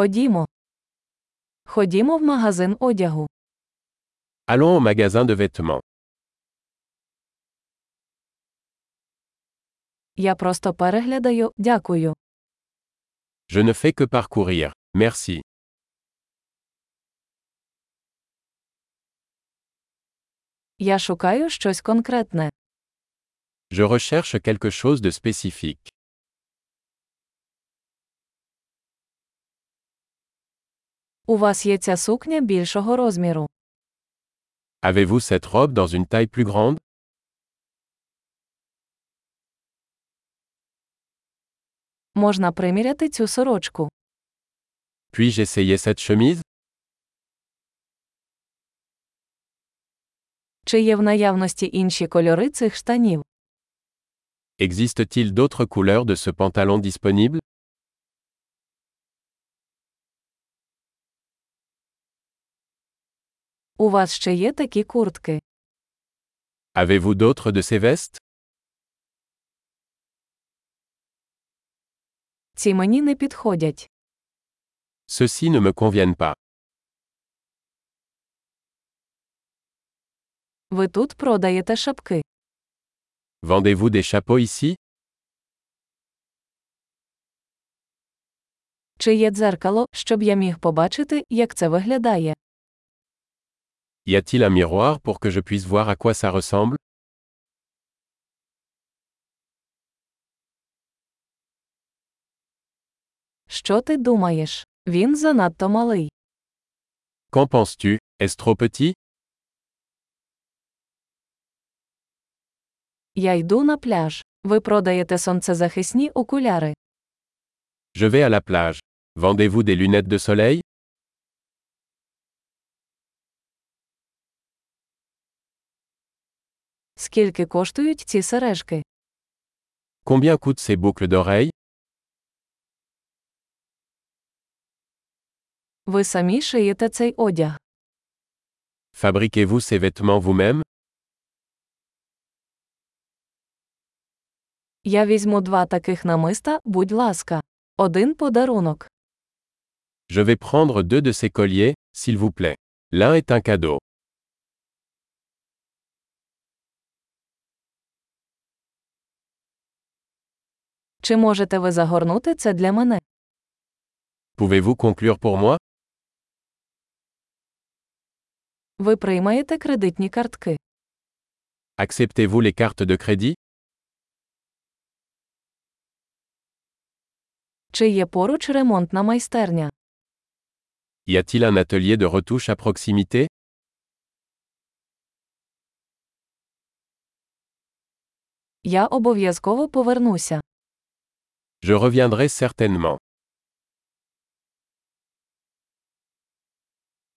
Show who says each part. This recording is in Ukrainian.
Speaker 1: Ходімо. Ходімо в магазин одягу.
Speaker 2: Allons au magasin de vêtements.
Speaker 1: Я просто переглядаю, дякую.
Speaker 2: Je ne fais que parcourir. Merci.
Speaker 1: Я шукаю щось конкретне.
Speaker 2: Je recherche quelque chose de spécifique.
Speaker 1: У вас є ця сукня більшого розміру.
Speaker 2: Avez-vous cette robe dans une taille plus grande
Speaker 1: Можна приміряти цю сорочку.
Speaker 2: Puis-je essayer cette chemise
Speaker 1: Чи є в наявності інші кольори цих штанів?
Speaker 2: Existe-t-il d'autres couleurs de ce pantalon disponible
Speaker 1: У вас ще є такі куртки.
Speaker 2: Avez-vous d'autres de ces vestes
Speaker 1: Ці мені не підходять.
Speaker 2: Ceux-ci ne me conviennent pas.
Speaker 1: Ви тут продаєте шапки.
Speaker 2: Vendez-vous des chapeaux ici
Speaker 1: Чи є дзеркало, щоб я міг побачити, як це виглядає?
Speaker 2: Y a-t-il un miroir pour que je puisse voir à quoi ça ressemble
Speaker 1: Що ти думаєш? Він занадто малий.
Speaker 2: Qu'en penses-tu Est-ce trop petit
Speaker 1: Я йду на пляж. Ви продаєте сонцезахисні окуляри.
Speaker 2: Je vais à la plage. Vendez-vous des lunettes de soleil
Speaker 1: Скільки коштують ці сережки?
Speaker 2: Combien coûtent ces boucles d'oreilles
Speaker 1: Ви самі шиєте цей одяг.
Speaker 2: Fabriquez-vous ces vêtements vous-même
Speaker 1: Я візьму два таких намиста, будь ласка. Один подарунок.
Speaker 2: Je vais prendre deux de ces colliers, s'il vous plaît. L'un est un cadeau.
Speaker 1: Чи можете ви загорнути це для мене?
Speaker 2: Pouvez-vous conclure pour moi
Speaker 1: Ви приймаєте кредитні картки.
Speaker 2: Acceptez-vous les cartes de crédit
Speaker 1: Чи є поруч ремонтна майстерня?
Speaker 2: Y a-t-il un atelier de retouche à proximité
Speaker 1: Я обов'язково повернуся.
Speaker 2: Je reviendrai certainement.